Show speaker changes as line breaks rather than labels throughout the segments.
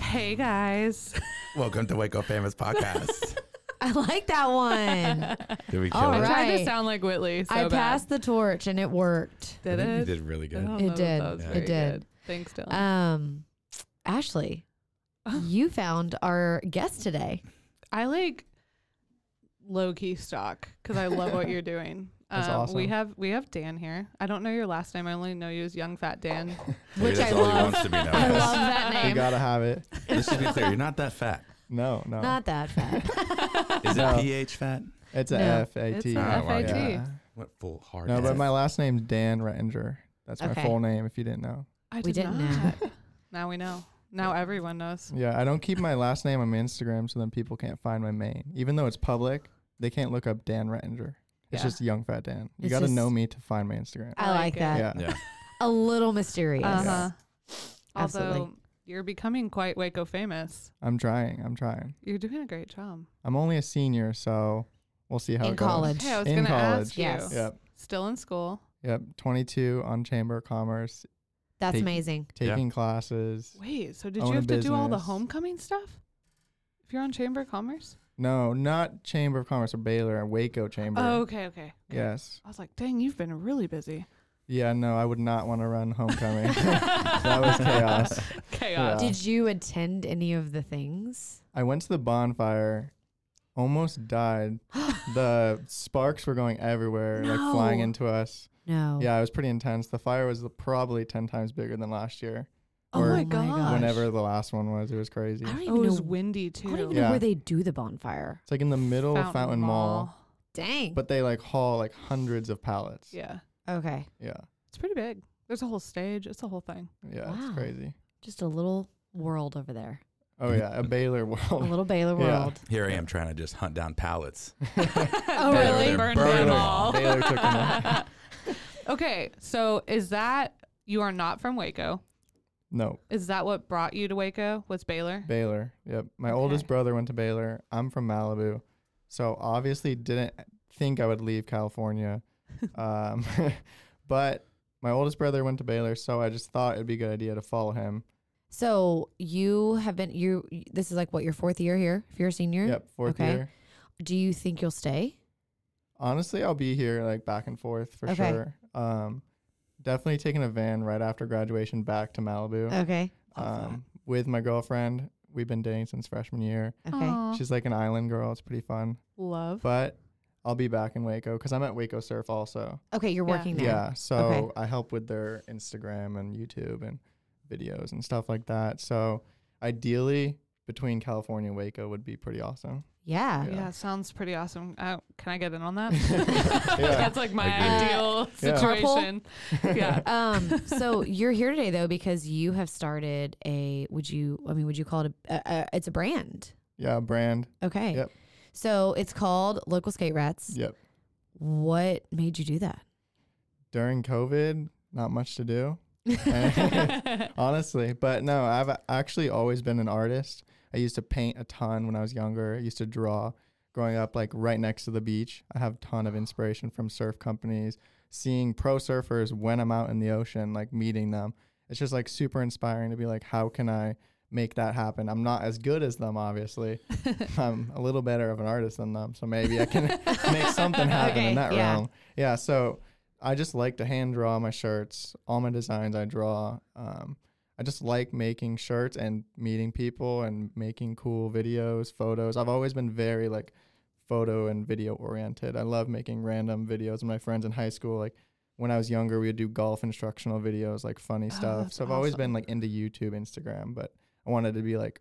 Hey guys.
Welcome to Waco Famous Podcast.
I like that one.
Did we kill
All
it?
right.
Tried to sound like Whitley. So
I
bad.
passed the torch and it worked.
Did
I think
it?
you did really
I
good.
don't
It Oh.
know if
did.
that was
It
very
did.
good. Thanks, Dylan.
Um, Ashley, you found our guest today.
I like low key stalk because I love what you're doing. Um,
That's
We
awesome.
have we have Dan here. I don't know your last name. I only know you as Young Fat Dan.
Maybe
Which
that's
I
all he
love.
wants to be known
I
as.
love that
You
name.
gotta have it.
Just to be clear, you're not that fat.
No, no.
Not that fat.
Is
No.
it pH fat?
it's a
No.
F A
It's
T.
a
Oh, wow.
FIT.
Yeah.
What full hard?
No, but
ass.
my last name's Dan Rettinger. That's my
Okay.
full name. If you didn't know.
I
We
did
didn't know.
not. now we know. Now everyone knows.
Yeah, I don't keep my last name on my Instagram, so then people can't find my main. Even though it's public, they can't look up Dan Rettinger.
Yeah.
It's just Young Fat Dan. You
It's
gotta know
just-
me to find my Instagram.
I like Uh-huh. that.
Yeah.
Yeah.
A little mysterious.
Uh huh.
Absolutely.
Although you're becoming quite Waco famous.
I'm trying. I'm trying.
You're doing a great job.
I'm only a senior, so we'll see how
In
it goes.
college.
Hey, I was
In
gonna
college.
ask you.
Yes.
Yep.
Still in school.
Yep. 22 on Chamber of Commerce,
That's
Take-
amazing.
Yeah.
taking classes.
Wait, so did
Own
you
a
have to do all the
business.
homecoming stuff? If you're on Chamber of Commerce?
No, not Chamber of Commerce or Baylor and Waco Chamber.
Oh, okay, okay. okay.
Yes.
I was like, dang, you've been really busy.
Yeah, no, I would not want to run homecoming. that was chaos.
Chaos.
Yeah.
Did you attend any of the things?
I went to the bonfire, almost died. the sparks were going everywhere, like flying
No. Oh.
into us.
No.
Yeah, it was pretty intense. The fire was probably 10 times bigger than last year.
Oh
or
my gosh.
Whenever the last one was, it was crazy.
I don't
Oh,
even
it was
know.
windy
I don't
too.
even know
Yeah.
where they do the bonfire.
It's like in the middle of Fountain Mall,
Dang.
but they like haul like hundreds of pallets.
Yeah.
okay.
Yeah.
It's pretty big. There's a whole stage. It's a whole thing.
Yeah,
Wow.
it's crazy.
Just a little world over there.
Oh, yeah, a Baylor
A
world.
little Baylor
Oh. Yeah.
world.
Here I am trying to just hunt down pallets.
Oh,
They
really?
Burned
Burn
them
them
all.
Baylor took them all.
okay. So is that you are not from Waco?
No,
Is that what brought you to Waco? Was Baylor?
Baylor. Yep. My oldest
Okay.
brother went to Baylor. I'm from Malibu. So obviously didn't think I would leave California. Um, but my oldest brother went to Baylor, so I just thought it'd be a good idea to follow him.
So you have been you. This is like what your fourth year here. If you're a senior,
Yep, fourth
Mm-hmm. Okay.
year.
Do you think you'll stay?
Honestly, I'll be here like back and forth for
Okay.
sure. Um, definitely taking a van right after graduation back to Malibu
Okay.
um, with my girlfriend. We've been dating since freshman year.
Okay.
Aw,
She's like an island girl. It's pretty fun.
love.
But I'll be back in Waco because I'm at Waco Surf also.
Okay. You're
Yeah.
working there.
Yeah. So I help with their Instagram and YouTube and videos and stuff like that. So ideally, between California and Waco would be pretty awesome.
Yeah.
yeah. sounds pretty awesome. Uh, can I get in on that?
Yeah.
That's like my
Agreed.
ideal
Yeah.
situation. Yeah.
Um. So you're here today though because you have started a. Would you? I mean, would you call it a? a, a it's a brand.
Yeah. Brand.
Okay.
Yep.
So it's called Local Skate Rats.
Yep.
What made you do that?
During COVID, not much to do. And- Honestly, but no, I've actually always been an artist. I used to paint a ton when I was younger. I used to draw growing up like right next to the beach. I have a ton of inspiration from surf companies, seeing pro surfers when I'm out in the ocean, like meeting them. It's just like super inspiring to be like how can I make that happen. I'm not as good as them, obviously. I'm a little better of an artist than them, so maybe I can make something happen
Okay,
in that
yeah.
realm. Yeah. So I just like to hand draw my shirts. All my designs I draw. Um, I just like making shirts and meeting people and making cool videos, photos. I've always been very like photo and video oriented. I love making random videos with my friends in high school. Like when I was younger, we would do golf instructional videos, like funny stuff.
Oh, that's
So I've always
awesome.
been like into YouTube, Instagram, but I wanted to be like,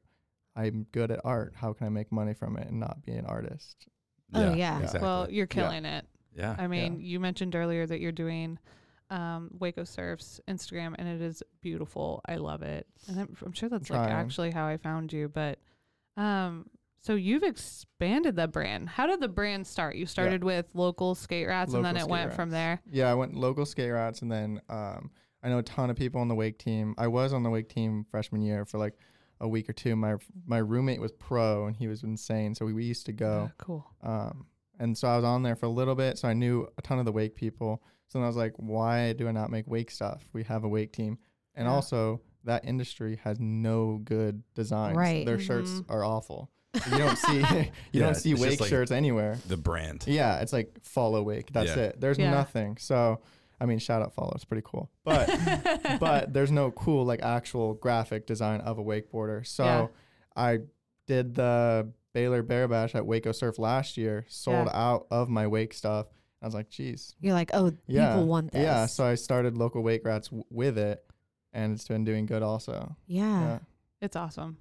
I'm good at art. How can I make money from it and not be an artist?
Oh, yeah.
Exactly.
Well, you're
Yeah.
killing it.
yeah.
I mean, you mentioned earlier that you're doing um, Waco Surf's Instagram, and it is beautiful. I love it, and I'm, I'm sure that's like
Trying.
actually how I found you. But um, so you've expanded the brand. How did the brand start? You started with local skate rats, and then
Local
it
skate
went from there.
rats. Yeah, I went local skate routes, and then um, I know a ton of people on the wake team. I was on the wake team freshman year for like a week or two. My my roommate was pro, and he was insane. So we, we used to go.
Oh, cool.
Um, and so I was on there for a little bit, so I knew a ton of the wake people. So then I was like, why do I not make wake stuff? We have a wake team, and
Yeah.
also that industry has no good designs.
Right.
their shirts
Mhm.
are awful. You don't see you
Yeah,
don't see
it's just
wake
like-
shirts anywhere.
The brand.
Yeah, it's like follow wake. That's
Yeah.
it. There's
Yeah.
nothing. So I mean, shout out follow. It's pretty cool, but but there's no cool like actual graphic design of a wakeboarder. So
Yeah.
I did the Baylor Bear Bash at Waco Surf last year, sold
Yeah.
out of my wake stuff. I was like, geez,
You're like, oh,
yeah,
people want this.
yeah. So I started local wake rats w- with it, and it's been doing good also.
yeah.
Yeah.
It's awesome.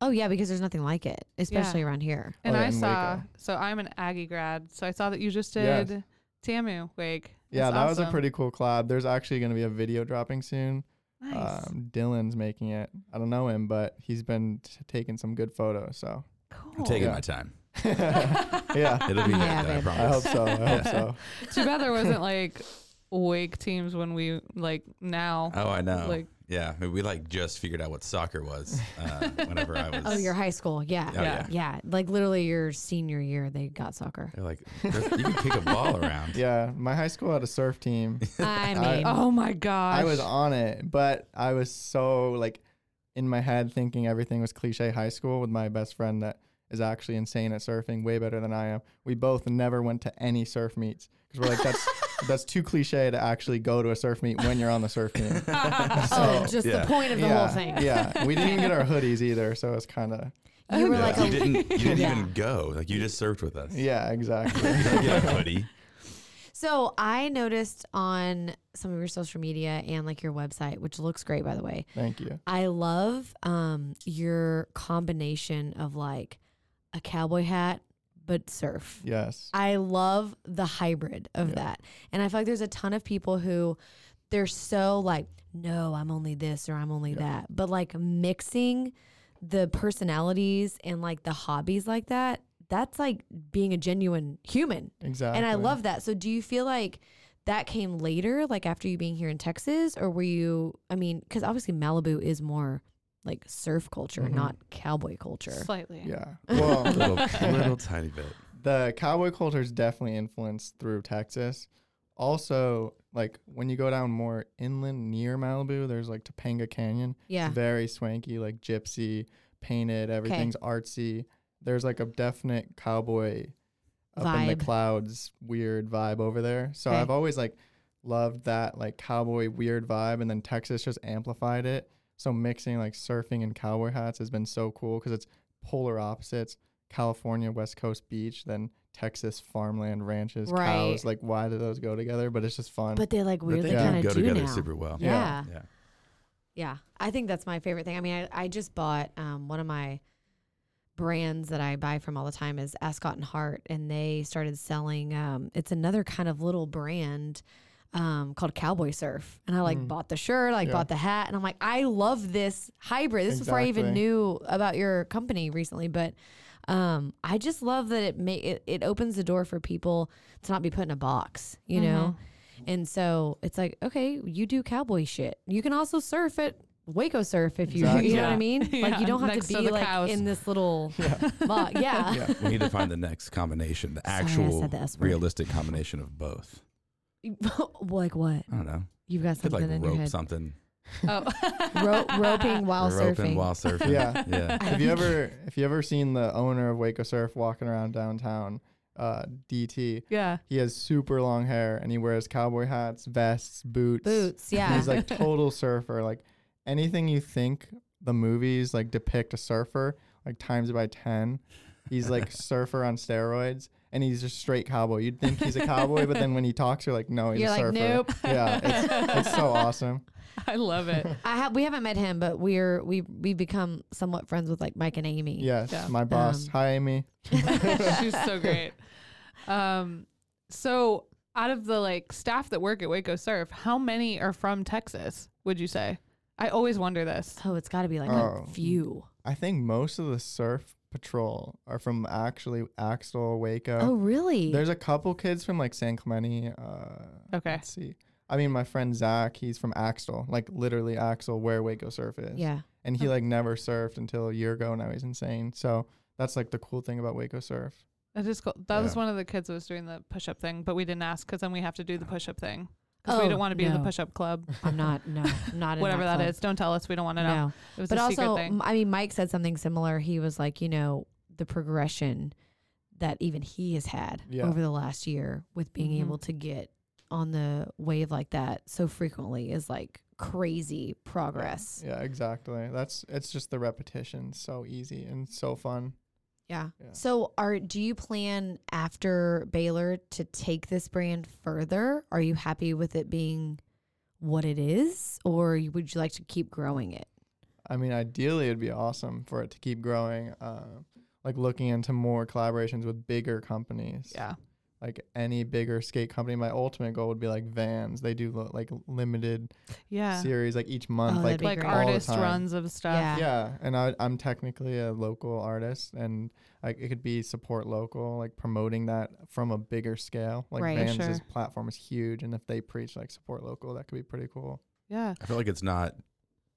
Oh yeah, because there's nothing like it, especially around here.
Oh,
And
yeah,
I
in Waco.
saw. So I'm an Aggie grad. So I saw that you just
Yes.
did Tamu Wake.
Yeah,
That's
that was a
awesome.
pretty cool collab. There's actually going to be a video dropping soon.
nice.
Um, Dylan's making it. I don't know him, but he's been t- taking some good photos. So,
I'm
cool.
taking
Yeah.
my time.
yeah,
It'll be good.
Oh. Yeah,
I
babe.
I hope
promise.
so. I hope so.
Too bad there wasn't like Wake teams when we like now.
Oh, I know.
Like-
yeah, I mean, we like just figured out what soccer was uh, whenever I was.
Oh, your high school, yeah.
Oh,
yeah,
yeah.
Like literally your senior year, they got soccer.
They're like, "There's- you can kick a ball around.
Yeah, my high school had a surf team.
I
I-
mean,
Oh my gosh.
I was on it, but I was so like in my head thinking everything was cliche high school with my best friend that is actually insane at surfing, way better than I am. We both never went to any surf meets because we're like that's that's too cliche to actually go to a surf meet when you're on the surf team.
oh, just
yeah.
the point of the
yeah,
whole thing.
yeah, we didn't even get our hoodies either, so it's kind of
You were
Yeah.
like,
you
a,
didn't, you didn't
Yeah.
even go. Like, you just served with us.
yeah, exactly.
You don't get a hoodie.
so I noticed on some of your social media and like your website, which looks great by the way.
Thank you.
I love um your combination of like a cowboy hat but surf.
Yes.
I love the hybrid of
Yeah.
that. And I feel like there's a ton of people who they're so like, no, I'm only this or I'm only that. But like mixing the personalities and like the hobbies like that, that's like being a genuine human.
Exactly.
And I love that. So do you feel like that came later, like after you being here in Texas, or were you, I mean, because obviously Malibu is more like surf culture,
Mm-hmm.
Mhm.
not cowboy culture.
slightly.
Yeah.
A
Well,
little, little tiny bit.
the cowboy culture is definitely influenced through Texas. Also, like when you go down more inland near Malibu, there's like Topanga Canyon.
Yeah.
It's very swanky, like gypsy, painted, everything's artsy. There's like a definite cowboy up in the
Vibe.
clouds weird vibe over there. So
Okay.
I've always like loved that like cowboy weird vibe and then Texas just amplified it. So mixing like surfing and cowboy hats has been so cool cuz it's polar opposites. California West Coast beach then Texas farmland ranches,
Right.
cows, like why do those go together? But it's just fun.
But they like
But
weirdly
they
kind
do
of
go
do
together
now.
super well.
Yeah.
yeah.
Yeah.
Yeah, I think that's my favorite thing. I mean, I, I just bought um, one of my brands that I buy from all the time is Ascot and Hart, and they started selling. Um, it's another kind of little brand um, called Cowboy Surf, and I like
Mm.
bought the shirt, I like
Yeah.
bought the hat, and I'm like, I love this hybrid. This is before I even
Exactly.
knew about your company recently, but. Um, I just love that it may it, it opens the door for people to not be put in a box, you
Mm-hmm.
Mm-hmm.
know? And so it's like, okay, you do cowboy shit. You can also surf at Waco Surf if you,
Exactly.
you know what I
Yeah.
mean? Like
Yeah,
you don't have
next
to
to
be
the
like
cows.
in this little box. Yeah.
yeah.
We need to find the next combination, the
Sorry, I
actual
said the S word.
realistic combination of both.
like what?
I don't know.
You've got
Could
something
like
in your
rope
head.
something.
Oh,
Ro- roping while
Roping
surfing.
while surfing.
Yeah.
yeah.
Have you ever if you ever seen the owner of Waco Surf walking around downtown, uh, DT?
yeah.
He has super long hair and he wears cowboy hats, vests, boots.
Boots, yeah.
He's like total surfer. Like anything you think the movies like depict a surfer, like times by ten. He's like surfer on steroids, and he's just straight cowboy. You'd think he's a cowboy, but then when he talks, you're like, no, he's
You're
a
like,
surfer.
nope.
Yeah, it's, it's so awesome.
I love it.
I have we haven't met him, but we're we we become somewhat friends with like Mike and Amy.
Yes,
Yeah.
my boss.
Um,
Hi, Amy.
She's so great. Um, so out of the like staff that work at Waco Surf, how many are from Texas? Would you say? I always wonder this.
Oh, it's got to be like
Oh.
a few.
I think most of the surf patrol are from actually Axel, Waco.
oh, really?
There's a couple kids from like San Clemente. Uh,
Okay.
Let's see. I mean, my friend Zach, he's from Axel, like literally Axel, where Waco Surf is.
yeah. Oh.
And he like never surfed until a year ago. Now he's insane. So that's like the cool thing about Waco Surf.
That is cool. That was
Yeah.
one of the kids that was doing the push up thing, but we didn't ask because then we have to do the push up thing because we
Oh,
don't want to be in the
no.
push up club,
I'm not. No, I'm not. in
whatever
that,
that
club.
is. Don't tell us. We don't want to know.
No.
It was
But
a secret
also,
thing.
m- I mean, Mike said something similar. He was like, you know, the progression that even he has had
Yeah.
over the last year with being
Mhm.
able to get on the wave like that so frequently is like crazy progress.
Yeah, exactly. That's it's just the repetition. So easy and so fun.
Yeah.
Yeah.
So, are do you plan after Baylor to take this brand further? Are you happy with it being what it is, or you- would you like to keep growing it?
I mean, ideally, it'd be awesome for it to keep growing. Uh, like looking into more collaborations with bigger companies.
yeah.
Like any bigger skate company. My ultimate goal would be like Vans. They do lo- like limited
Yeah.
series like each month.
Oh,
like
that'd be
Like
great.
all the
artist
time.
runs of stuff.
Yeah.
Yeah, and I, I'm technically a local artist, and like it could be support local, like promoting that from a bigger scale. Like
Right. For
Vans'
sure.
platform is huge, and if they preach like support local, that could be pretty cool.
Yeah.
I feel like it's not.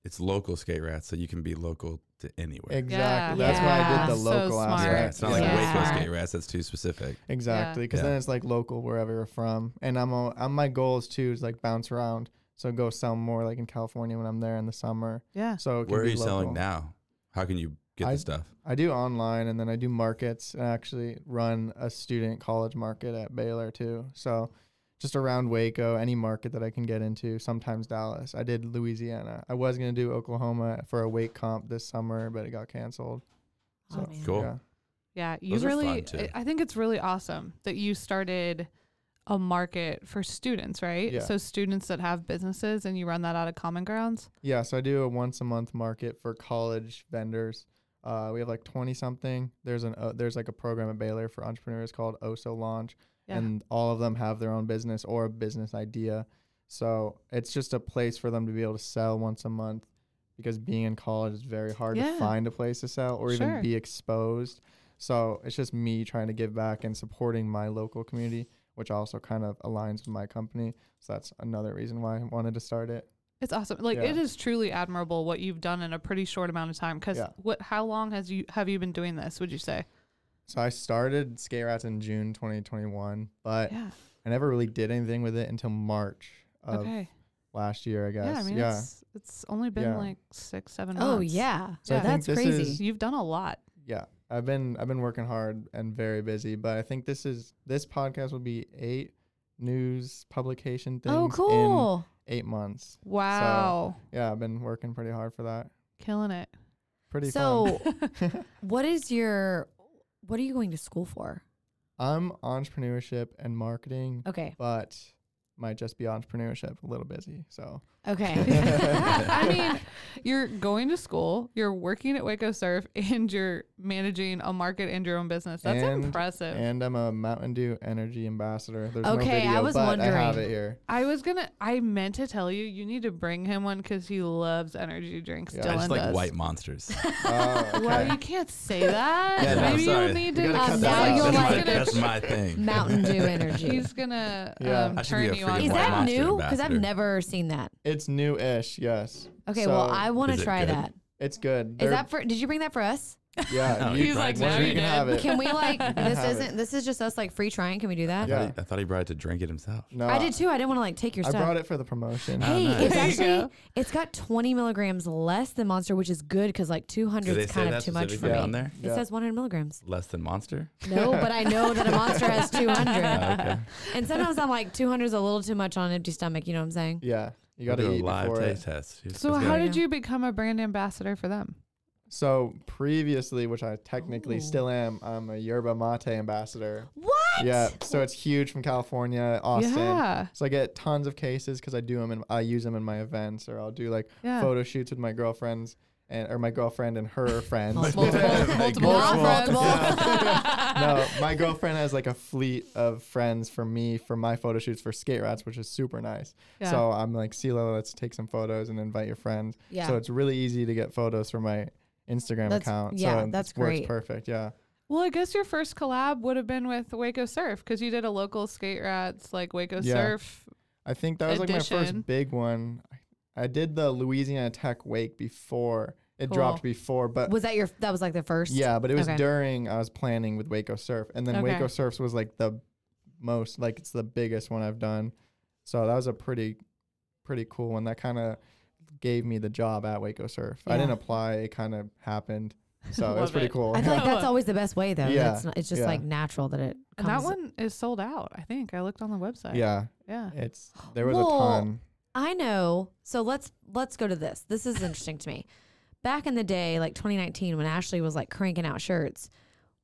It's local skate rats, so you can be local to anywhere.
Exactly.
Yeah.
That's why I did the
Yeah. So
local
smart.
aspect.
Yeah, it's not like
Yeah.
Waco
Smart.
skate rats. That's too specific.
Exactly, because
Yeah.
then it's like local wherever you're from. And I'm, all, I'm my goals too is like bounce around. So go sell more like in California when I'm there in the summer.
Yeah.
So it can
Where are
be
you selling
local.
now? How can you get
I-
the stuff?
I do online and then I do markets and I actually run a student college market at Baylor too. So just around Waco, any market that I can get into, sometimes Dallas. I did Louisiana. I was going to do Oklahoma for a weight comp this summer, but it got canceled. So,
Oh,
man.
Cool.
Yeah.
Yeah, you
Those are
really.
fun, too.
I I think it's really awesome that you started a market for students, right?
Yeah.
So students that have businesses and you run that out of Common Grounds.
Yeah, so I do a once a month market for college vendors. Uh, we have like 20 something. There's an uh, there's like a program at Baylor for entrepreneurs called Oso Launch
Yeah.
and all of them have their own business or a business idea. So, it's just a place for them to be able to sell once a month because being in college is very hard
Yeah.
to find a place to sell or
Sure.
even be exposed. So, it's just me trying to give back and supporting my local community, which also kind of aligns with my company. So, that's another reason why I wanted to start it.
It's awesome. Like
Yeah.
it is truly admirable what you've done in a pretty short amount of time. Because
Yeah.
what? How long has you have you been doing this? Would you say?
So I started Skate Rats in June 2021, but
Yeah.
I never really did anything with it until March of
Okay.
last year, I guess.
Yeah. I mean,
yeah.
it's it's only been
Yeah.
like six, seven.
Oh
months.
yeah,
So I
Yeah.
that's
think this
crazy.
is-
You've done a lot.
yeah. I've been I've been working hard and very busy, but I think this is this podcast will be eight news publication things
oh, cool.
in eight months.
Wow.
Yeah, I've been working pretty hard for that.
Killing it.
Pretty fun.
So, what is your what are you going to school for?
I'm entrepreneurship and marketing,
Okay.
but might just be entrepreneurship, a little busy. So
Okay.
I mean, you're going to school, you're working at Waco Surf, and you're managing a market and your own business. That's
And-
impressive.
And I'm a Mountain Dew Energy ambassador. There's no
Okay, I
video,
was
but I have
wondering.
it here.
I was gonna, I meant to tell you, you need to bring him one because he loves energy drinks.
Yeah.
Dylan
I just like
does.
white monsters.
Um,
Oh, okay.
Well, you can't say that.
Yeah, no,
Maybe
sorry.
you need to.
You
uh,
gotta cut
that out.
you'll
That's
like
my-
it.
that's my thing.
Mountain Dew energy.
He's gonna
Yeah.
um,
I should be
turn
a
you on.
freaking
Is
White
that
Monster
new? Because I've
ambassador.
never seen that.
It's new-ish, yes.
Okay,
So,
well, I want
Is
to
it
try
good?
that.
it's good.
Is
They're-
that for? Did you bring that for us?
Yeah,
Oh,
you,
He's like,
well,
now
you
you
can
did.
have it.
Can we like this
Have it.
isn't this is just us like free trying? Can we do
I,
that?
thought
Yeah.
he, I thought he brought it to drink it himself.
No,
I did too. I didn't want to like take your
I
stuff.
brought it for the promotion.
Hey,
Oh, nice.
it's
There you
actually
go.
it's got 20 milligrams less than Monster, which is good because like 200
Do they
is
say
kind of
that
too much for
specifically
me.
on there?
It
Yeah.
says 100 milligrams.
Less than Monster.
No, but I know that a monster has 200.
okay.
And sometimes I'm like 200 is a little too much on an empty stomach. You know what I'm saying?
Yeah, you
We'll
got to
do a
eat
live
before
taste
it.
test. It's
So
good.
how
Yeah.
did you become a brand ambassador for them?
So previously, which I technically
Ooh.
still am, I'm a yerba mate ambassador.
What?
Yeah, so it's huge from California, Austin.
Yeah.
So I get tons of cases because I do them and I use them in my events, or I'll do like
Yeah.
photo shoots with my girlfriends and or my girlfriend and her friends.
Multiple,
Multiple-
multiple,
multiple.
girlfriends.
no, my girlfriend has like a fleet of friends for me for my photo shoots for skate rats, which is super nice.
Yeah.
So I'm like, CeeLo, let's take some photos and invite your friends.
Yeah.
So it's really easy to get photos from my Instagram
That's-
account.
yeah,
so it
that's
works
great.
perfect. Yeah.
Well, I guess your first collab would have been with Waco Surf because you did a local skate rats like Waco
Yeah.
Surf.
I think that was like my
Edition.
first big one. I did the Louisiana Tech Wake before it
Cool.
dropped before, but
Was that your? That was like the first.
yeah, but it was
Okay.
during I was planning with Waco Surf, and then
Okay.
Waco Surfs was like the most, like it's the biggest one I've done. So that was a pretty, pretty cool one. That kind of gave me the job at Waco Surf. I
Yeah.
didn't apply; it kind of happened. So it was
Love
pretty
it.
cool.
I feel like
Yeah.
that's always the best way though.
Yeah,
That's not, it's just
yeah.
like natural that it
And
comes.
that one is sold out, I think. I looked on the website.
yeah,
Yeah.
it's there was
Well,
a ton.
I know. So let's let's go to this. This is interesting to me. Back in the day, like 2019, when Ashley was like cranking out shirts,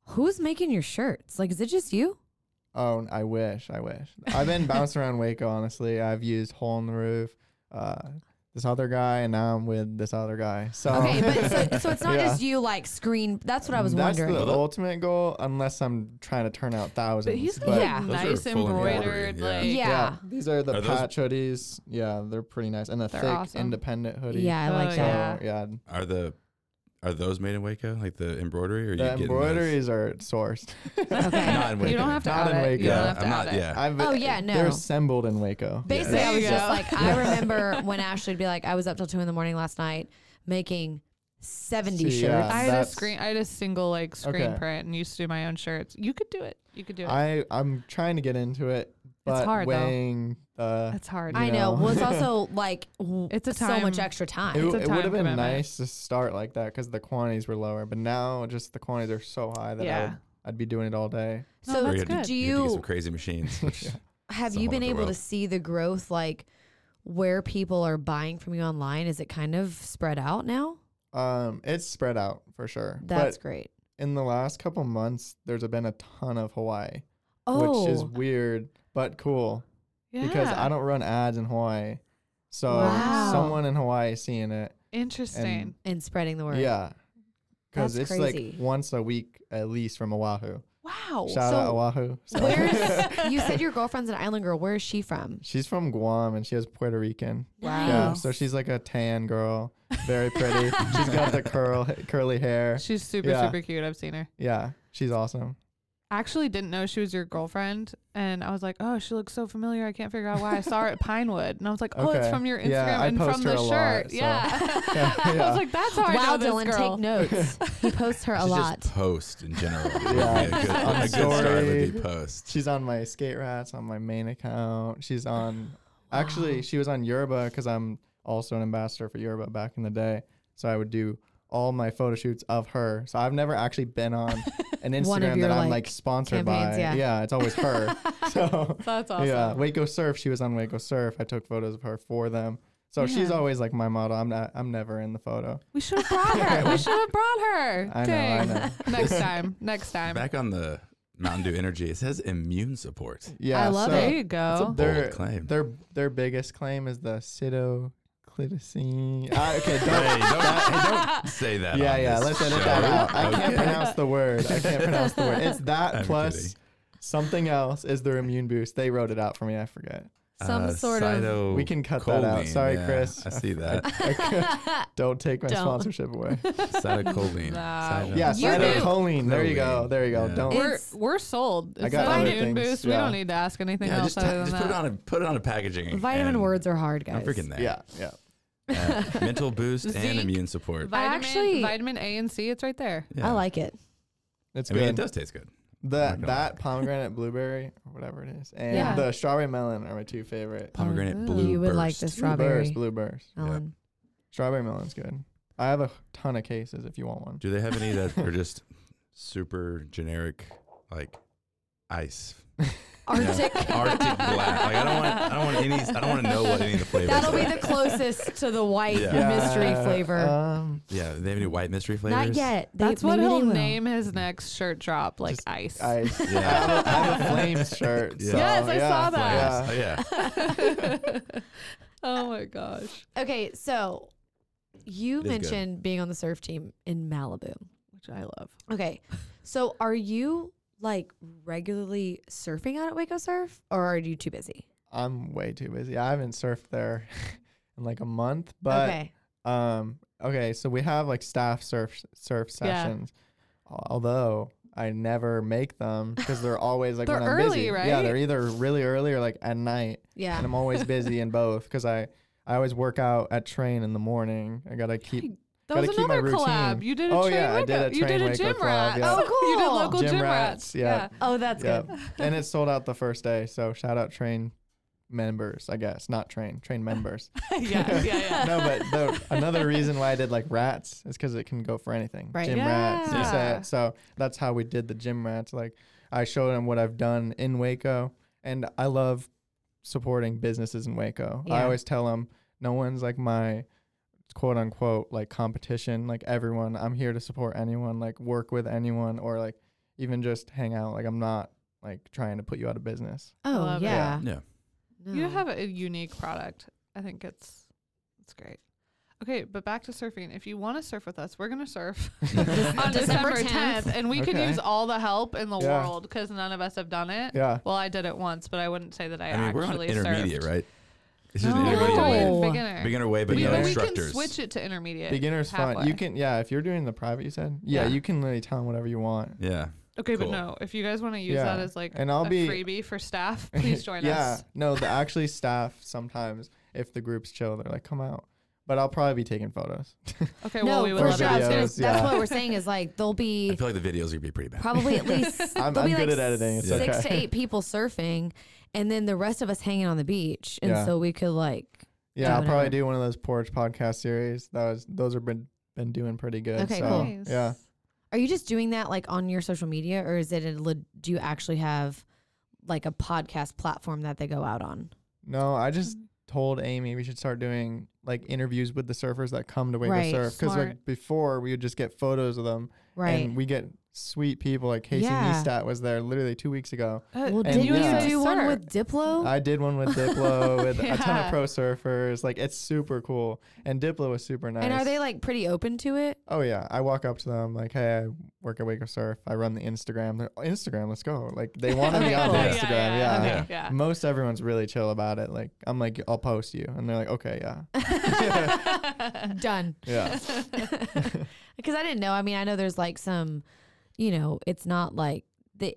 who's making your shirts? Like, is it just you?
Oh, n- I wish, I wish. I've been bouncing around Waco. Honestly, I've used hole in the roof, uh, this other guy, and now I'm with this other guy. So
Okay, but so, so it's not
Oh. Yeah.
just you. Like screen. That's what I was
That's
wondering.
the ultimate goal, unless I'm trying to turn out thousands.
But he's got
But-
like
Yeah.
Those are
nice
full embroidery,
embroidered,
yeah.
like
yeah.
yeah, these are the
Are those-
patch hoodies. Yeah, they're pretty nice, and a
They're
thick
awesome.
independent hoodie.
Yeah, I
Oh,
like
so,
yeah.
that.
yeah. yeah.
Are the are those made in Waco? Like the embroidery? Or are
The
you getting
embroideries are sourced.
Okay.
Not in Waco.
You don't have to
Not
out
in
it.
Waco.
You don't
Yeah,
have to
I'm not.
out it.
Yeah,
Oh, yeah,
They're
no.
assembled in Waco.
Basically,
There
I
you
was just
go.
like, I remember when Ashley'd be like, I was up till two in the morning last night making 70
See,
shirts.
yeah.
I had a
That's-
screen I had a single like screen
Okay.
print and used to do my own shirts. You could do it. You could do it.
I I'm trying to get into it, but
hard, though.
weighing uh,
That's hard.
I
you
know.
know.
Well, it's also like w-
It's a
so much
time-
extra
It,
time.
It's a
it would
time
have been
commitment.
nice to start like that because the quantities were lower, but now just the quantities are so high that
Yeah.
I would, I'd be doing it all day.
No,
so
that's
We're gonna
good.
do
you have to get some
you
crazy machines. Which
have
It's a
you
whole
been
other
able to
world.
see the growth like where people are buying from you online? Is it kind of spread out now?
Um, it's spread out for sure.
That's
but
great.
in the last couple months, there's been a ton of Hawaii,
Oh,
which is weird but cool
yeah.
because I don't run ads in Hawaii. So
Wow.
someone in Hawaii is seeing it.
interesting.
and spreading the word.
Yeah. Because
That's
it's
crazy.
like once a week at least from Oahu.
wow.
Shout
Oh.
out
so
Oahu. So-
Where's you said your girlfriend's an island girl? Where is she from?
she's from Guam and she has Puerto Rican.
Wow.
Yeah, so she's like a tan girl, very pretty. she's got the curl curly hair.
She's super,
Yeah.
super cute. I've seen her.
Yeah, she's awesome.
actually didn't know she was your girlfriend and I was like, Oh, she looks so familiar. I can't figure out why. I saw her at Pinewood and I was like, Oh, it's
Okay.
from your Instagram
Yeah, I
and
post
from
her
the
a lot,
shirt.
so-
Yeah.
Yeah,
I
yeah.
was like, that's how I
wow,
know this
Dylan,
girl.
take notes. he posts her a
Should
lot.
Just post in general. would be
Yeah.
a good,
I'm
a good start
sorry.
would be post.
She's on my skate rats on my main account. She's on actually she was on Yerba because I'm also an ambassador for Yerba back in the day. So I would do all my photo shoots of her. So I've never actually been on an
One of
Instagram
your,
that I'm
like,
like sponsored
campaigns,
by.
yeah.
it's always her. so
That's awesome.
yeah, Waco Surf. She was on Waco Surf. I took photos of her for them. So she's
Yeah.
always like my model. I'm not. I'm never in the photo.
We should have brought her. We should have brought her.
I know, I
Dang.
know.
Next time. Next time.
Back on the Mountain Dew Energy, it says immune support.
Yeah,
I love
so
there you
it's a
go.
their,
Bold claim.
Their their biggest claim is the pseudoclitacine. Ah, okay, don't.
hey, don't, hey, don't say that.
yeah,
on
yeah.
this
Let's edit
show.
that out. I
Okay.
can't pronounce the word. I can't pronounce the word. It's that
I'm
plus
kidding.
something else is their immune boost. They wrote it out for me. I forget.
Some sort of-
cyto-
We can cut that out.
Oh, choline,
Sorry,
Uh, yeah,
Chris.
I see that.
Don't take my
Don't.
sponsorship away.
Cytocholine.
Wow.
Cyto-
Yeah,
You do.
cytocholine. There you go. There you go.
Yeah.
Don't.
We're
It's-
we're sold.
I
It's
got
an
other
immune
things,
boost. We
yeah.
don't need to ask anything
Yeah,
else
just,
other
ta-
than
just
that.
put it on a put it on a packaging.
Vitamin
and
words are hard,
I'm
guys.
freaking there.
Yeah, yeah.
app. mental boost and
Zinc.
immune support.
Vitamin,
Actually-
vitamin A and C. It's right there.
Yeah.
I like it.
It's
I mean, it
good.
does taste good.
That
gonna
that pomegranate blueberry or whatever it is, and
Yeah.
the strawberry melon are my two favorite.
Pomegranate
good.
blue.
you would
burst.
like the
Blue burst,
strawberry,
blue burst.
Yeah.
Ellen.
Strawberry melon's good. I have a ton of cases if you want one.
Do they have any that are just super generic, like ice?
Arctic.
Arctic black. Like I don't want. I don't want any. I don't want to know what any of the flavors.
That'll be
are.
the closest to the white
Yeah.
mystery
Yeah,
flavor.
Um,
Yeah, they have any white mystery flavors?
Not yet. They-
That's what
maybe they
he'll
will.
name his next shirt drop, like
Just
ice.
ice.
Yeah.
I, have a, I have a flames shirt.
Yeah.
so,
Yes, I
yeah,
saw that.
Flavors. Oh, yeah.
oh my gosh.
Okay, so
It
you
is good.
mentioned being on the surf team in Malibu.
Which I love.
Okay, so are you like regularly surfing out at Waco Surf, or are you too busy?
I'm way too busy. I haven't surfed there in like a month, but
okay,
um, okay. So we have like staff surf surf
Yeah.
sessions, al- although I never make them because they're always like
They're
when I'm
early,
busy.
right?
Yeah, they're either really early or like at night.
yeah.
and I'm always busy in both because I I always work out at train in the morning. I gotta keep
That was
Gotta keep my
another collab.
routine.
You did a
Oh,
train
yeah, I
workout.
did a
You did
train
a
waco
gym
collab,
rat.
yeah.
Oh,
You did
cool.
local gym,
Gym
rats.
rats, yeah.
oh, that's
yeah,
good.
and it sold out the first day. So shout out train members, I guess not train train members.
Yeah. yeah, yeah, yeah.
no, but the, another reason why I did like rats is because it can go for anything.
Right.
Gym rats. you
Yeah.
said it. So that's how we did the gym rats. Like I showed them what I've done in Waco, and I love supporting businesses in Waco. I
Yeah.
always tell them no one's like my quote unquote like competition. Like everyone, I'm here to support anyone. Like work with anyone, or like even just hang out. Like I'm not like trying to put you out of business.
Oh
love it.
yeah.
Yeah.
You
No.
have a unique product. I think it's it's great. Okay, but back to surfing. If you want to surf with us, we're gonna surf on
December
December 10th,
10th.
and we could
Okay.
use all the help in the world
Yeah.
'cause world because none of us have done it.
Yeah.
Well, I did it once, but I wouldn't say that I,
I mean, we're on
actually
intermediate,
surfed.
right? It's just an
No.
intermediate
No.
way.
beginner.
Beginner way, but
we,
no
but we can
instructors.
switch it to intermediate.
Beginners fun.
halfway.
You can yeah. If you're doing the private, you said yeah.
Yeah.
You can literally tell them whatever you want.
Yeah.
Okay,
Cool.
but no, if you guys want to use
Yeah.
that as like
And I'll
a
be-
freebie for staff, please join
yeah.
us.
No, the actually staff sometimes if the group's chill, they're like, come out. But I'll probably be taking photos.
Okay,
No,
well we would
for
love
Or
sure.
that.
I was gonna-
videos,
That's
yeah.
what we're saying is like there'll
I
be
feel like the videos are gonna be pretty bad.
probably at least
I'm-
there'll
I'm
be
good
like
at editing, it's
six to
okay.
eight people surfing, and then the rest of us hanging on the beach, and
Yeah.
so we could like
yeah, I'll
Whatever.
probably do one of those porch podcast series. That was those have been been doing pretty good.
Okay,
so,
cool.
Nice.
Yeah.
Are you just doing that like on your social media, or is it a, le- do you actually have like a podcast platform that they go out on?
No, I just told Amy we should start doing like interviews with the surfers that come to Waco
Right,
Surf because
smart.
like before we would just get photos of them
Right.
and we get sweet people like Casey
Yeah.
Neistat was there literally two weeks ago.
Uh,
well,
and
didn't
you
you
guys
do one
surf.
with Diplo?
I did one with Diplo with a ton
Yeah.
of pro surfers. Like it's super cool, and Diplo was super nice.
And are they like pretty open to it?
Oh yeah, I walk up to them like, "Hey, I work at Waco Surf. I run the Instagram. They're, "Oh, Instagram, let's go!" Like they want to be
Okay,
on
cool.
the
Yeah,
Instagram. Yeah,
yeah, yeah, okay, yeah.
Most everyone's really chill about it. Like I'm like, "I'll post you," and they're like, "Okay, yeah,
Done.
yeah,
Because I didn't know. I mean, I know there's like some, you know, it's not like the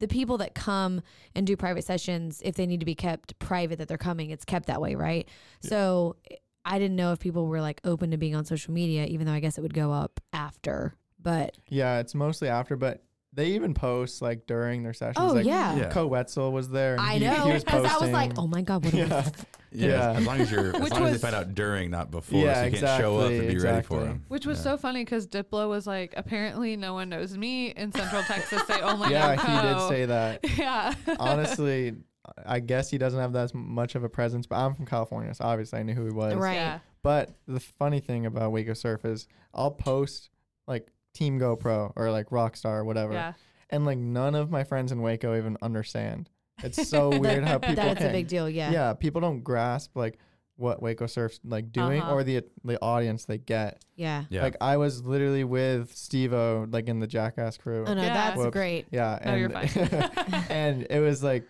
the people that come and do private sessions if they need to be kept private that they're coming, it's kept that way, right? So I didn't know if people were like open to being on social media, even though I guess it would go up after. But
yeah." It's mostly after, but they even post like during their sessions.
Oh,
like,
yeah.
Yeah.
Co Wetzel was there. and
I
he- he
know
was
because I was like,
posting.
oh my god, what? Are
yeah,
Yeah.
Yeah.
As long as you're, as
Which
long as they
was-
find out during, not before,
Yeah,
so you can't show up and be
exactly,
ready for
exactly.
them.
Which was so funny because Diplo was like, apparently no one knows me in Central Texas. They only
yeah,
know
he did
Ko."
say that.
Yeah.
Honestly, I guess he doesn't have that as much of a presence. But I'm from California, so obviously I knew who he was.
we-" Right.
Yeah.
But the funny thing about Waco Surf is I'll post like Team GoPro or like Rockstar or whatever.
Yeah.
And like none of my friends in Waco even understand. It's so weird how people
That it's a
can-
big deal. Yeah.
Yeah. people don't grasp like what Waco Surf's like doing
Uh-huh.
or the the audience they get.
Yeah.
Yeah.
Like I was literally with Steve O like in the Jackass crew.
Oh no,
Yeah.
that's
Whoops.
great.
Yeah.
No,
and
you're
and it was like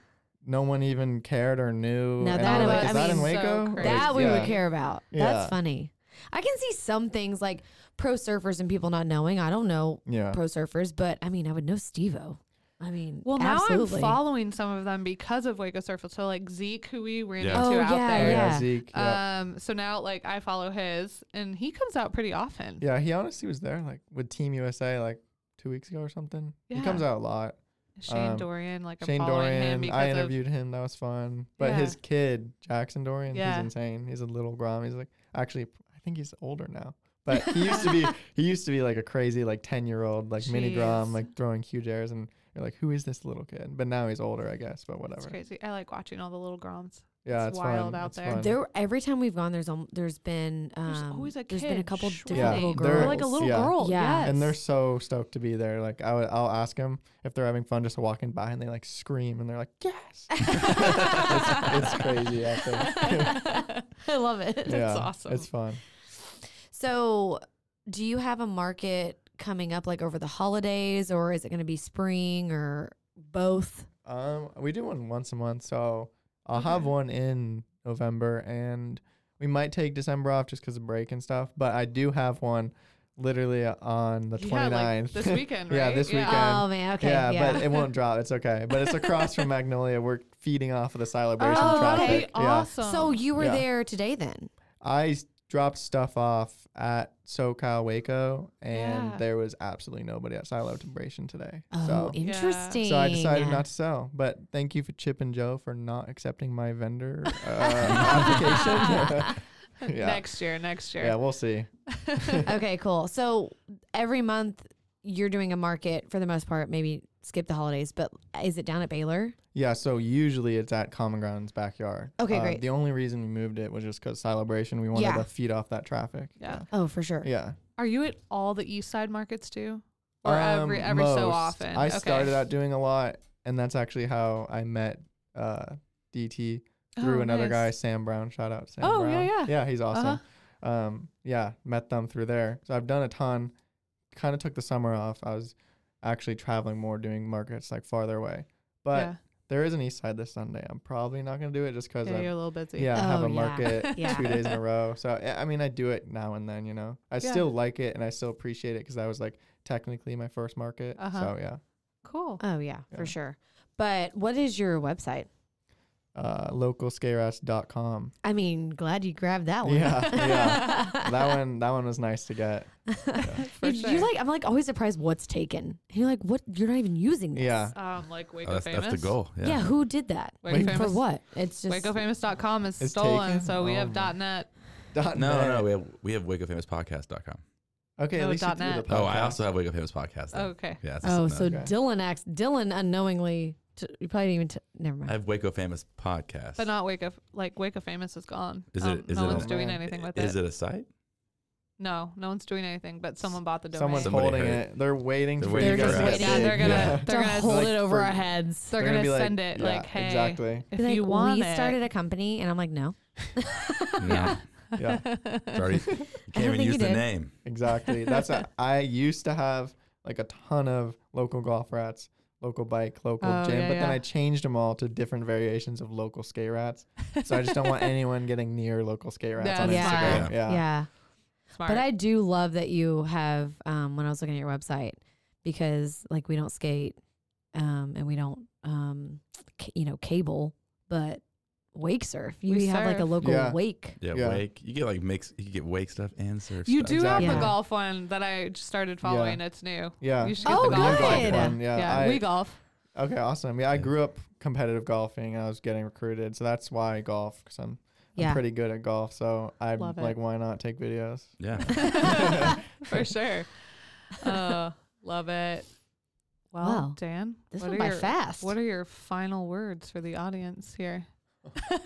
no one even cared or knew.
Now
and
that
I was
would-
like, is
I
that in
so
mean,
Waco? Or
crazy.
is-
That we
yeah.
would care about.
Yeah.
That's funny. I can see some things like pro surfers and people not knowing. I don't know
Yeah.
pro surfers, but I mean, I would know Stevo. I mean,
Well, now
absolutely.
I'm following some of them because of Waco Surfer. So like Zeke, who we ran
Yeah.
into
Oh,
out
yeah,
Oh,
there.
yeah,
Yeah.
Zeke. Yeah.
Uh,
Um, so now like I follow his, and he comes out pretty often.
yeah, he honestly was there like with Team USA like two weeks ago or something. He comes out a lot.
Shane
Um,
Dorian, like I'm
Shane
following him
Dorian,
because
I
of
interviewed him. That was fun. But
Yeah.
his kid, Jackson Dorian,
Yeah.
he's insane. He's a little grom. He's like actually, I think he's older now. But he used to be he used to be like a crazy like ten year old like mini
Jeez.
grom like throwing huge airs and you're like who is this little kid? But now he's older, I guess. But
It's
whatever.
crazy. I like watching all the little groms.
Yeah,
It's
it's,
wild
fun.
out
It's
there.
fun.
There, every time we've gone, there's um, there's been um,
There's always a kid.
there's been a couple different
Yeah,
little
they're-
girls.
Or like a little
yeah.
girl.
Yeah.
Yes.
And they're so stoked to be there. Like I would, I'll ask them if they're having fun, just walking by, and they like scream, and they're like, "Yes!" it's, it's crazy out there.
I love it.
yeah,
awesome.
It's fun.
So, do you have a market coming up like over the holidays, or is it going to be spring or both?
Um, we do one once a month, so I'll have one in November, and we might take December off just because of break and stuff. But I do have one, literally uh, on the
yeah,
29th.
like this weekend, right?
Yeah, this weekend.
Oh man, okay, yeah.
yeah, but it won't drop. It's okay. But it's across from Magnolia. We're feeding off of the celebration
Oh, okay.
traffic. Yeah.
Awesome.
so you were
yeah.
there today then?
I s- dropped stuff off at SoCal Waco, and
Yeah.
there was absolutely nobody at Silo Celebration today.
Oh,
so,
interesting.
so I decided not to sell. But thank you for Chip and Joe for not accepting my vendor uh, application. yeah.
Next year, next year.
Yeah, we'll see.
okay, cool. So every month you're doing a market for the most part. Maybe skip the holidays, but is it down at Baylor?
Yeah, so usually it's at Common Ground's backyard.
Okay,
Uh,
great.
The only reason we moved it was just because Celebration. We wanted
Yeah.
to feed off that traffic.
Yeah.
Oh, for sure.
Yeah.
Are you at all the East Side markets too? Or
Um,
every every so
most.
often?
I
Okay.
started out doing a lot, and that's actually how I met uh, DT through
Oh,
another
nice.
guy, Sam Brown. Shout out Sam.
Oh, yeah,
Brown.
yeah.
yeah. He's awesome. Um, yeah, met them through there. So I've done a ton. Kind of took the summer off. I was actually traveling more, doing markets like farther away. But
yeah.
there is an East Side this Sunday. I'm probably not gonna do it just because
yeah, you're a
yeah,
little busy.
yeah I have
Oh,
a
yeah.
market
Yeah.
two days in a row. So I- I mean, I do it now and then. You know, I
Yeah.
still like it and I still appreciate it because that was like technically my first market.
Uh-huh.
So yeah,
Cool.
Oh yeah,
Yeah.
for sure. But what is your website?
uh, localscareass.com.
I mean, glad you grabbed that one.
Yeah, yeah. that one, that one was nice to get.
For
You-
sure.
You're like, I'm like always surprised what's taken. And you're like, what? You're not even using this.
Yeah,
um, like Waco
Oh, that's,
Famous.
that's the goal.
Yeah.
Yeah.
who did that?
Waco
And For
Famous?
what? It's just.
WacoFamous.com is
It's
stolen,
taken?
so we
Oh
have
my-
.net.
Dot
No,
net.
no, we have we have WacoFamousPodcast.com.
Okay,
No,
at least
dot
you threw
net.
the
Oh, I
podcast.
also have Wake Up Famous podcast. then.
okay.
Yeah. it's
oh,
just-
so
no.
Okay.
Dylan acts. Dylan unknowingly. T- you probably didn't even. T- never mind.
I have Waco Famous podcast.
But not Waco. Like Waco Famous is gone.
Is
Um,
it- is
no
it
one's
a-
doing
man,
I-
anything with
Is
it.
it a site?
No, no one's doing anything. But someone bought the domain.
Someone's
Somebody
holding
heard
it. They're waiting
They're
for
waiting
you
for
guys to
us.
get
Yeah, they're
big.
gonna-
Yeah.
they're
to
gonna
hold
like
it over
for-
our heads.
They're,
They're
gonna,
be like,
send it
yeah,
like, hey,
exactly.
if
Be like,
you want
we
it,
started a company, and I'm like, no.
No.
Yeah,
It's already, you
don't
can't even
think
use
you
the
did.
name.
exactly. That's a, I used to have like a ton of local golf rats, local bike, local
Oh,
gym,
yeah,
but then
yeah.
I changed them all to different variations of local skate rats. So I just don't want anyone getting near local skate rats on
That's
Instagram.
smart.
Yeah.
yeah.
Smart.
But I do love that you have, um, when I was looking at your website, because like we don't skate um, and we don't, um, c- you know, cable, but wake surf. You
We
have like a
surf.
local
Yeah.
wake.
Yeah,
Yeah.
Wake. You get like mix. You get Wake stuff and surf.
you
stuff.
do have
Exactly.
the
Yeah.
golf one that I just started following. It's new.
Yeah.
You should get
Oh,
the
The
golf
new golf
good.
one,
Yeah,
Yeah. I-
we golf.
Okay, awesome. Yeah, I
Yeah.
grew up competitive golfing. I was getting recruited, so that's why I golf because I'm,
Yeah.
I'm pretty good at golf. So I'm
Love it.
like, why not take videos?
Yeah.
For sure. Uh, love it. Well,
Wow.
Dan,
This
what
went
are
by
your,
fast.
What are your final words for the audience here?
He's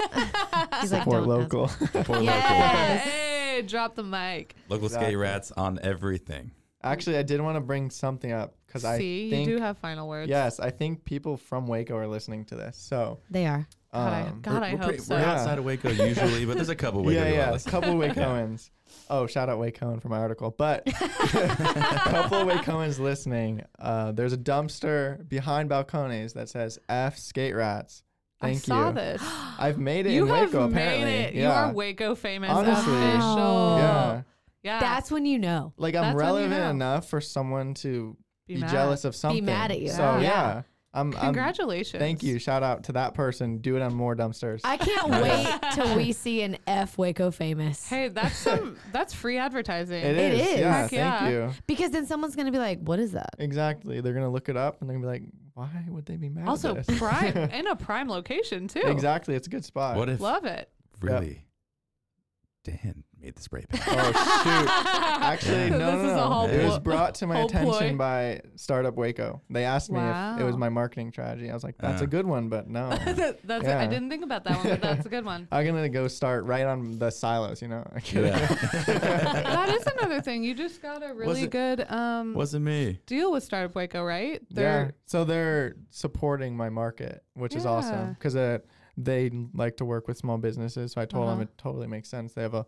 like,
Support
"Don't ask
local.
Support
Yes.
Hey, drop the mic.
local. Local skate
Exactly.
rats on everything.
Actually, I did want to bring something up because I
See,
think
you do have final words.
yes, I think people from Waco are listening to this. So
They are.
God, I-
um,
God, I hope
pretty-
so.
We're
Yeah.
outside of Waco usually, but there's a couple Waco.
yeah, yeah,
outlets.
a couple Wacoans. Oh, shout out Wacoan for my article, but a couple Wacoans listening. Uh, there's a dumpster behind balconies that says "F Skate Rats." Thank
I saw
you.
this.
I've made it
you
in
have
Waco.
made
apparently,
it.
yeah.
You are Waco famous
Honestly.
official.
Yeah.
Yeah.
That's when you know.
Like
That's
I'm
when you
relevant
know.
enough for someone to
Be
be,
mad.
jealous of something.
mad at you.
So
Oh, Yeah.
yeah.
Yeah.
I'm, I'm
Congratulations.
thank you. Shout out to that person. Do it on more dumpsters.
I can't wait till we see an F Waco famous.
Hey, that's some that's free advertising.
it
it
is.
is.
Yeah,
Heck
thank
yeah.
you.
Because then someone's gonna be like, "What is that?"
Exactly. They're gonna look it up and they're gonna be like, why would they be mad?
Also
at this?
prime in a prime location too.
exactly. It's a good spot.
What if
Love it.
really Dan made the spray paint?
Oh shoot. Actually, no,
This
no,
is a
no.
whole
it was
plo-
brought to my
whole ploy.
attention by Startup Waco. They asked me if it was
Wow.
my marketing strategy. I was like, "That's
Uh.
a good one," but no,
That- that's I
Yeah.
didn't think about that one, but that's a good one.
I'm gonna go start right on the silos. You know,
that is another thing. You just got a really
it-
good um
Wasn't me.
deal with Startup Waco, right?
yeah. So they're supporting my market, which is awesome
Yeah.
because uh, they like to work with small businesses. So I told
Uh-huh.
them it totally makes sense. They have a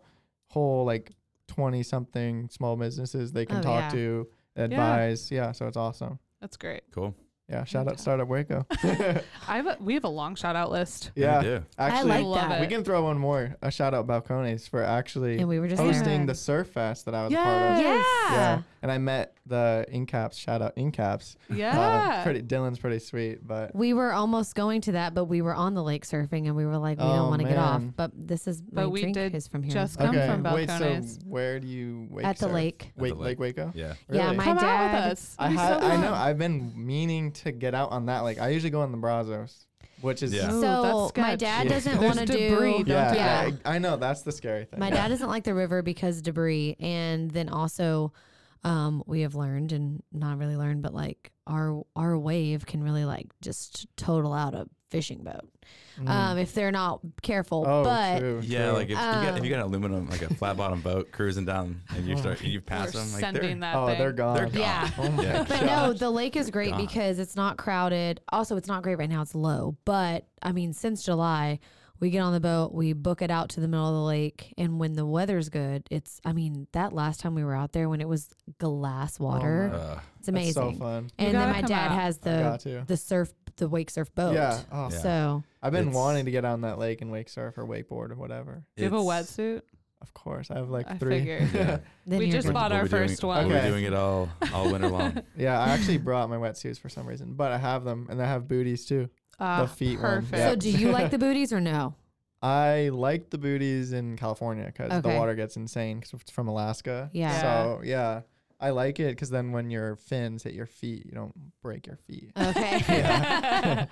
whole like twenty something small businesses they can
Oh,
talk
yeah.
to, advise. Yeah. So it's awesome.
That's great.
Cool.
Yeah. Shout out Startup Waco.
I have a, we have a long shout out list.
yeah.
do.
Actually,
I like
love
that.
We can throw one more. A shout out Balcones for actually
And we were just
hosting
gonna-
the Surf Fest that I was a part
Yes.
of.
Yeah.
Yeah. And I met the Incaps. Shout out Incaps. Uh,
Yeah.
pretty Dylan's pretty sweet, but
We were almost going to that, but we were on the lake surfing, and we were like, "We don't
Oh,
want to get off."
man.
But this is my
But we
drink
did
is from here
just come from
wait. So
Balcones.
where do you wake
at the
surf?
lake.
the
Wait,
lake.
Lake Waco.
Yeah.
Yeah,
Really?
my
Come out
dad.
with us.
I
It'd be so
had. I
fun.
know. I've been meaning to get out on that. Like I usually go on the Brazos, which is
Yeah.
So
Ooh, that's
my
sketch.
dad
Yeah.
doesn't
There's
want to
debris.
do.
Don't
yeah,
do
yeah,
that.
I I know that's the scary thing.
My
yeah.
dad doesn't like the river because debris, and then also, um, we have learned and not really learned, but like our our wave can really like just total out a fishing boat, um, if they're not careful.
Mm. Oh,
but
true,
Yeah,
true.
like if, you got, if
Um,
you got an aluminum, like a flat bottom boat cruising down and you start, and you
We're
pass them, like they're,
sending that
oh,
thing.
they're gone.
they're gone.
Yeah.
Oh my
Yeah.
But no, the lake is great
God.
because it's not crowded. Also, it's not great right now. It's low. But I mean, since July, we get on the boat, we book it out to the middle of the lake, and when the weather's good, it's. I mean, that last time we were out there when it was glass water,
Uh,
it's amazing.
That's so fun.
And then
gotta
my
come out.
dad has
got
the
to.
the surf, the wake surf boat.
Yeah. Oh,
Yeah.
So
I've been
It's-
wanting to get on that lake and wake surf or wakeboard or whatever.
Do you have a
it's-
wetsuit?
Of course, I have like
I
three.
figured.
Yeah.
then
We
you're
just
We're-
good.
bought
we're
our
doing-
first one.
We're
Okay.
doing it all all winter long.
Yeah, I actually brought my wetsuits for some reason, but I have them and I have booties too.
Ah,
feet one,
perfect.
yeah.
So do you like the booties or no?
I like the booties in California because the
Okay.
water gets insane because it's from Alaska.
Yeah.
So yeah, I like it because then when your fins hit your feet, you don't break your feet.
Okay.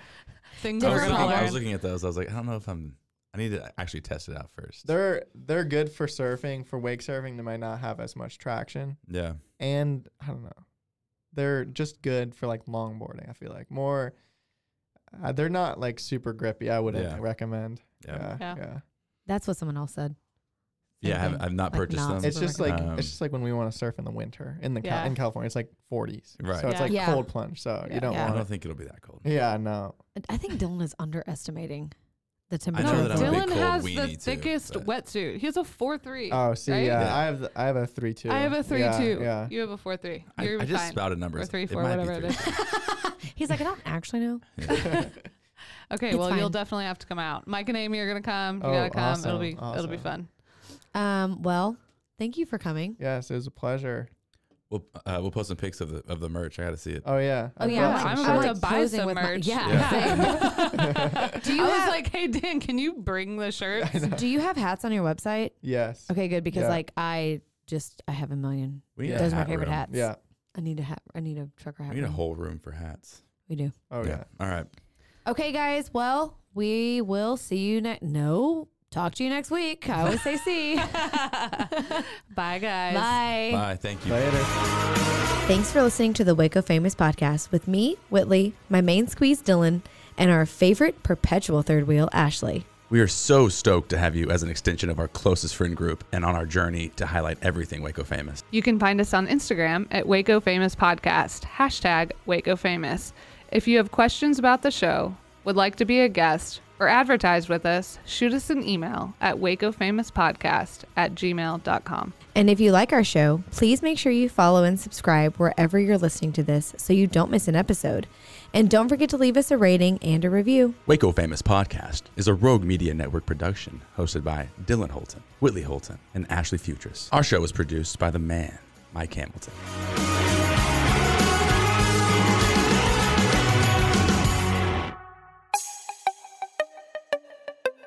Things
I was, looking,
Different
I
color.
was looking at those. I was like, I don't know if I'm. I need to actually test it out first.
They're they're good for surfing. For wake surfing, they might not have as much traction,
yeah.
and I don't know. They're just good for like longboarding. I feel like more. Uh, they're not like super grippy. I wouldn't
Yeah.
recommend.
Yeah.
yeah.
Yeah.
yeah.
That's what someone else said.
Yeah, I haven't,
Okay.
I've not
Like
purchased
not
them.
it's
super
just like
recommend.
it's just like when we want to surf in the winter in the Cal-
Yeah.
in California, it's like 40s,
Right.
So it's
Yeah.
like
Yeah.
cold plunge. So
Yeah.
you don't
Yeah.
I
want
don't
it.
think it'll be that cold.
Yeah, no.
I think Dylan is underestimating the
I
temperature.
know
of
that
the
I'm a
lake.
big
Dylan
cold
has
weenie,
the
too,
thickest
but-
wetsuit. He has a four three.
Oh, see,
right?
yeah,
Yeah.
I have I have a three two.
I have a three
yeah,
two.
Yeah,
You have a four three.
I,
You're
I just
fine.
spouted numbers.
Or three,
It
four,
might be
whatever it
three,
is.
four.
He's like, I don't actually know.
Okay,
It's
well you'll
fine.
definitely have to come out. Mike and Amy are gonna come. You
Oh,
gotta come. It'll
awesome,
be it'll be
awesome.
fun.
Um, well, thank you for coming.
Yes, it was a pleasure.
We'll uh, we'll post some pics of the of the merch. I got to see it.
Oh yeah.
Oh,
I've
yeah,
got
Yeah,
like-
some
I'm
I
about
shirts.
like
to buy
posing
some
with my-
merch.
yeah,
Do
you
I was
have-
like, hey Dan, can you bring the shirts?
Do you have hats on your website?
Yes.
Okay, good because
Yeah.
like I just I have a million.
We need a
Those are my
hat
favorite
room.
hats.
Yeah.
I need a hat. I need a trucker hat.
We need a
room.
whole room for hats.
We do.
Oh yeah.
All right.
Okay, guys. Well, we will see you next. No, talk to you next week. I always say see.
Bye guys.
Bye.
Bye. Thank you.
Later.
Thanks for listening to the Waco Famous Podcast with me, Whitley, my main squeeze, Dylan, and our favorite perpetual third wheel, Ashley.
We are so stoked to have you as an extension of our closest friend group and on our journey to highlight everything Waco famous.
You can find us on Instagram at Waco Famous Podcast, hashtag Waco Famous. If you have questions about the show, would like to be a guest, or advertise with us, shoot us an email at wacofamouspodcast at gmail.com.
And if you like our show, please make sure you follow and subscribe wherever you're listening to this so you don't miss an episode. And don't forget to leave us a rating and a review.
Waco Famous Podcast is a Rogue Media Network production hosted by Dylan Holton, Whitley Holton, and Ashley Futris. Our show is produced by the man, Mike Hamilton.